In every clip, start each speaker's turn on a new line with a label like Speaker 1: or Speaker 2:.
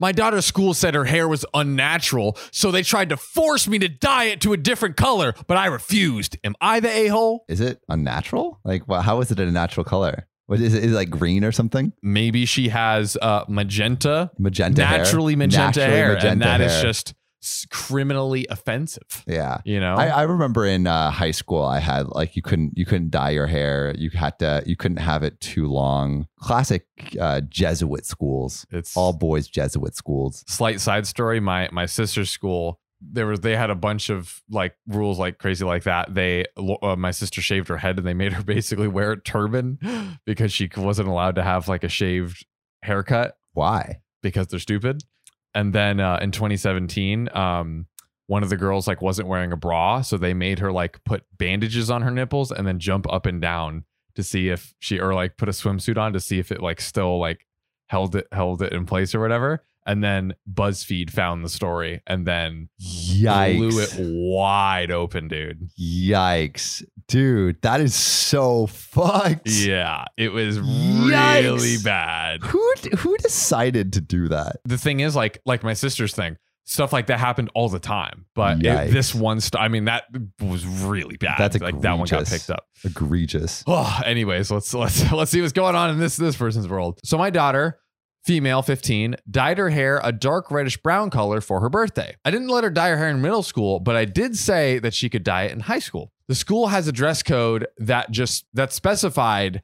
Speaker 1: My daughter's school said her hair was unnatural, so they tried to force me to dye it to a different color, but I refused. Am I the a hole?
Speaker 2: Is it unnatural? Like, wha- how is it a natural color? What is it? Is it like green or something?
Speaker 1: Maybe she has uh, magenta,
Speaker 2: Magenta hair?
Speaker 1: naturally magenta
Speaker 2: Naturally
Speaker 1: hair, and
Speaker 2: magenta
Speaker 1: that is
Speaker 2: hair.
Speaker 1: just s- criminally offensive.
Speaker 2: Yeah.
Speaker 1: You know,
Speaker 2: I, I remember in uh, high school, I had like you couldn't you couldn't dye your hair. You had to you couldn't have it too long. Classic uh, Jesuit schools,
Speaker 1: it's
Speaker 2: all boys Jesuit schools.
Speaker 1: slight side story my my sister's school there was they had a bunch of like rules like crazy like that they uh, my sister shaved her head and they made her basically wear a turban because she wasn't allowed to have like a shaved haircut
Speaker 2: Why?
Speaker 1: because they're stupid and then uh, in 2017 um one of the girls like wasn't wearing a bra so they made her like put bandages on her nipples and then jump up and down to see if she or like put a swimsuit on to see if it like still like held it held it in place or whatever and then buzzfeed found the story and then
Speaker 2: Yikes!
Speaker 1: blew it wide open dude
Speaker 2: Yikes, dude, that is so fucked.
Speaker 1: yeah it was
Speaker 2: Yikes.
Speaker 1: really bad
Speaker 2: Who who decided to do that?
Speaker 1: the thing is like like my sister's thing stuff like that happened all the time but it-
Speaker 2: Yikes.
Speaker 1: this one st- i mean that was really bad
Speaker 2: That's
Speaker 1: like that one got
Speaker 2: egregious.
Speaker 1: picked up
Speaker 2: Egregious.
Speaker 1: oh anyways let's let's let's see what's going on in this this person's world so my daughter female 15 dyed her hair a dark reddish brown color for her birthday i didn't let her dye her hair in middle school but i did say that she could dye it in high school the school has a dress code that just that specified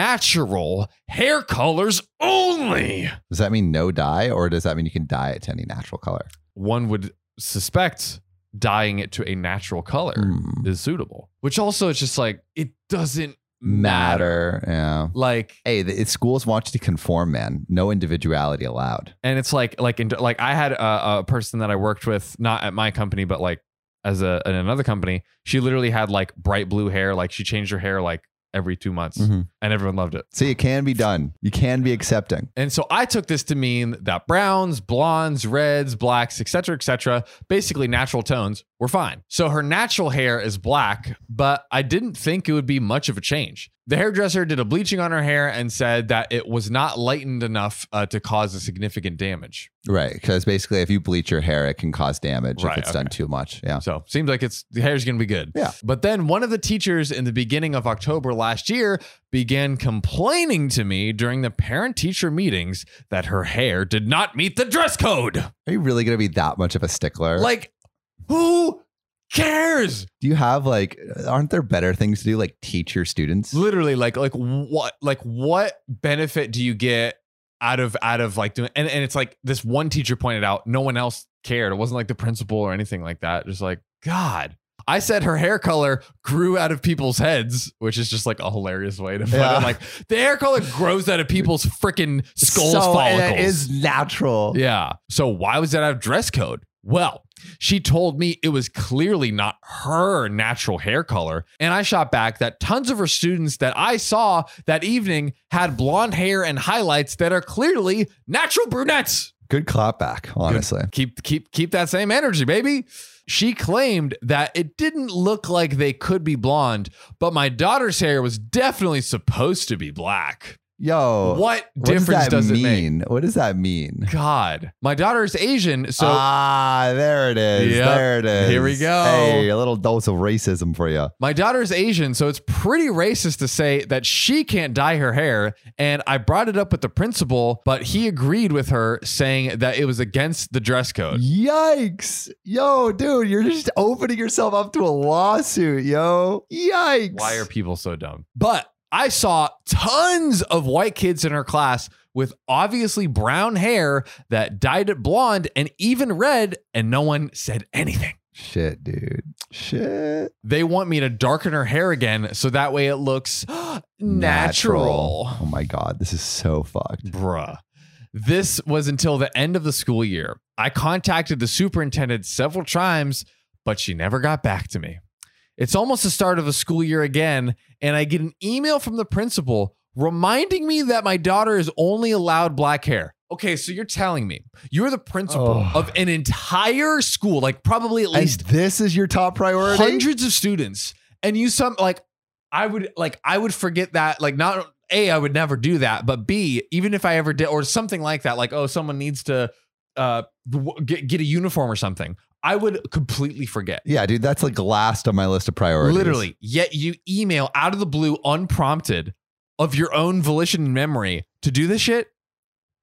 Speaker 1: natural hair colors only
Speaker 2: Does that mean no dye, or does that mean you can dye it to any natural color?
Speaker 1: one would suspect dyeing it to a natural color
Speaker 2: Hmm.
Speaker 1: is suitable. Which also it's just like it doesn't matter.
Speaker 2: Matter. Yeah.
Speaker 1: Like
Speaker 2: Hey, the, it, schools want you to conform, man. No individuality allowed.
Speaker 1: and it's like like in, like I had a, a person that I worked with not at my company but like as a in another company, she literally had like bright blue hair, like she changed her hair like every 2 months
Speaker 2: Mhm.
Speaker 1: and everyone loved it.
Speaker 2: See, it can be done. You can be accepting.
Speaker 1: And so I took this to mean that browns, blondes, reds, blacks, etc., etc., basically natural tones were fine. So her natural hair is black, but I didn't think it would be much of a change. The hairdresser did a bleaching on her hair and said that it was not lightened enough uh, to cause a significant damage.
Speaker 2: Right. Because basically, if you bleach your hair, it can cause damage
Speaker 1: Right,
Speaker 2: if it's done too much. Yeah.
Speaker 1: So seems like it's the hair's gonna be good.
Speaker 2: Yeah.
Speaker 1: But then one of the teachers in the beginning of October last year began complaining to me during the parent-teacher meetings that her hair did not meet the dress code.
Speaker 2: Are you really going to be that much of a stickler?
Speaker 1: Like, who cares?
Speaker 2: do you have like, aren't there better things to do? Like, teach your students?
Speaker 1: Literally, like, like what, like what benefit do you get out of out of like doing? And and it's like this one teacher pointed out, no one else cared. It wasn't like the principal or anything like that. Just like God. I said her hair color grew out of people's heads, which is just like a hilarious way to put
Speaker 2: Yeah.
Speaker 1: it. Like the hair color grows out of people's freaking skulls
Speaker 2: so,
Speaker 1: follicles.
Speaker 2: It is natural.
Speaker 1: Yeah. So why was that out of dress code? Well, she told me it was clearly not her natural hair color. And I shot back that tons of her students that I saw that evening had blonde hair and highlights that are clearly natural brunettes.
Speaker 2: Good clap back, honestly.
Speaker 1: Keep keep keep that same energy, baby. She claimed that it didn't look like they could be blonde, but my daughter's hair was definitely supposed to be black.
Speaker 2: Yo.
Speaker 1: what
Speaker 2: Oh, what
Speaker 1: difference
Speaker 2: does that
Speaker 1: does it make?
Speaker 2: mean? What does that mean?
Speaker 1: God, my daughter's Asian, so
Speaker 2: ah, there it is.
Speaker 1: Yep.
Speaker 2: There it is.
Speaker 1: Here we go.
Speaker 2: Hey, a little dose of racism for you.
Speaker 1: My daughter's Asian, so it's pretty racist to say that she can't dye her hair. And I brought it up with the principal, but he agreed with her, saying that it was against the dress code.
Speaker 2: Yikes. Yo, dude, you're just opening yourself up to a lawsuit, yo. Yikes.
Speaker 1: Why are people so dumb? But I saw tons of white kids in her class with obviously brown hair that dyed it blonde and even red, and no one said anything.
Speaker 2: Shit, dude. Shit.
Speaker 1: They want me to darken her hair again so that way it looks natural.
Speaker 2: Oh my God. This is so fucked.
Speaker 1: Bruh. This was until the end of the school year. I contacted the superintendent several times, but she never got back to me. It's almost the start of a school year again, and I get an email from the principal reminding me that my daughter is only allowed black hair. Okay, so you're telling me you're the principal
Speaker 2: Oh.
Speaker 1: of an entire school, like probably at least
Speaker 2: and this is your top priority?
Speaker 1: hundreds of students and you some like i would like i would forget that like not a i would never do that but b even if i ever did or something like that like oh someone needs to uh, w- get, get a uniform or something. I would completely forget.
Speaker 2: Yeah, dude, that's like last on my list of priorities.
Speaker 1: Literally, yet you email out of the blue, unprompted, of your own volition and memory to do this shit.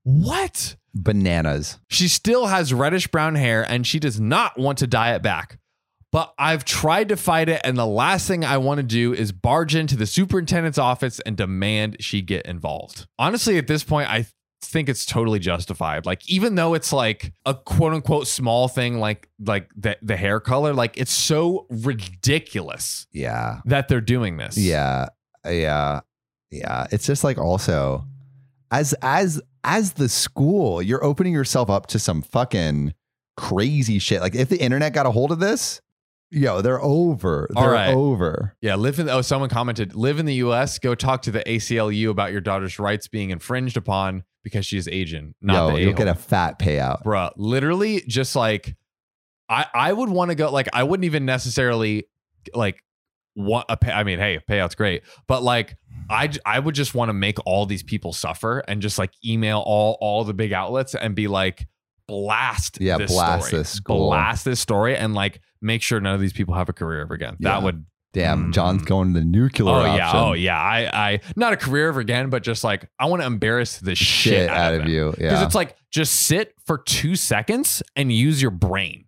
Speaker 1: What?
Speaker 2: bananas.
Speaker 1: She still has reddish brown hair and she does not want to dye it back. But I've tried to fight it, and the last thing I want to do is barge into the superintendent's office and demand she get involved. Honestly, at this point, I think it's totally justified. Like, even though it's like a quote unquote small thing, like like the, the hair color, like it's so ridiculous
Speaker 2: Yeah,
Speaker 1: that they're doing this.
Speaker 2: yeah, yeah, yeah. It's just like also, as as as the school, you're opening yourself up to some fucking crazy shit. Like if the internet got a hold of this, yo, they're over.
Speaker 1: All
Speaker 2: They're
Speaker 1: right.
Speaker 2: over.
Speaker 1: Yeah, live in oh someone commented, live in the US, go talk to the ACLU about your daughter's rights being infringed upon because she is Asian, not
Speaker 2: yo,
Speaker 1: the
Speaker 2: you'll
Speaker 1: a-hole.
Speaker 2: get a fat payout.
Speaker 1: Bruh, literally just like I I would want to go like I wouldn't even necessarily like want a pay, I mean, hey, payout's great, but like I j- I would just want to make all these people suffer and just like email all all the big outlets and be like blast
Speaker 2: Yeah,
Speaker 1: this
Speaker 2: blast
Speaker 1: story.
Speaker 2: this school.
Speaker 1: blast this story and like make sure none of these people have a career ever again. That
Speaker 2: Yeah.
Speaker 1: would
Speaker 2: Damn,
Speaker 1: Mm.
Speaker 2: John's going to the nuclear.
Speaker 1: Oh
Speaker 2: option.
Speaker 1: yeah, oh yeah. I, I not a career ever again, but just like I want to embarrass the shit, out of you
Speaker 2: you.
Speaker 1: because
Speaker 2: Yeah.
Speaker 1: it's like just sit for two seconds and use your brain.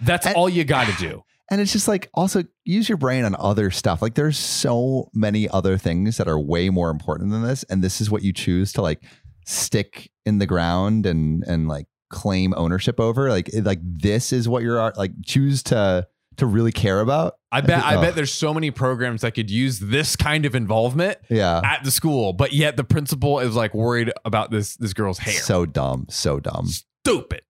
Speaker 1: That's
Speaker 2: And-
Speaker 1: all you got to do.
Speaker 2: And it's just like also use your brain on other stuff. Like there's so many other things that are way more important than this. And this is what you choose to like stick in the ground and and like claim ownership over. Like it- like this is what you're like choose to to really care about.
Speaker 1: I bet. I
Speaker 2: Oh.
Speaker 1: bet there's so many programs that could use this kind of involvement
Speaker 2: Yeah.
Speaker 1: at the school, but yet the principal is like worried about this this girl's hair.
Speaker 2: So dumb. So dumb.
Speaker 1: Stupid.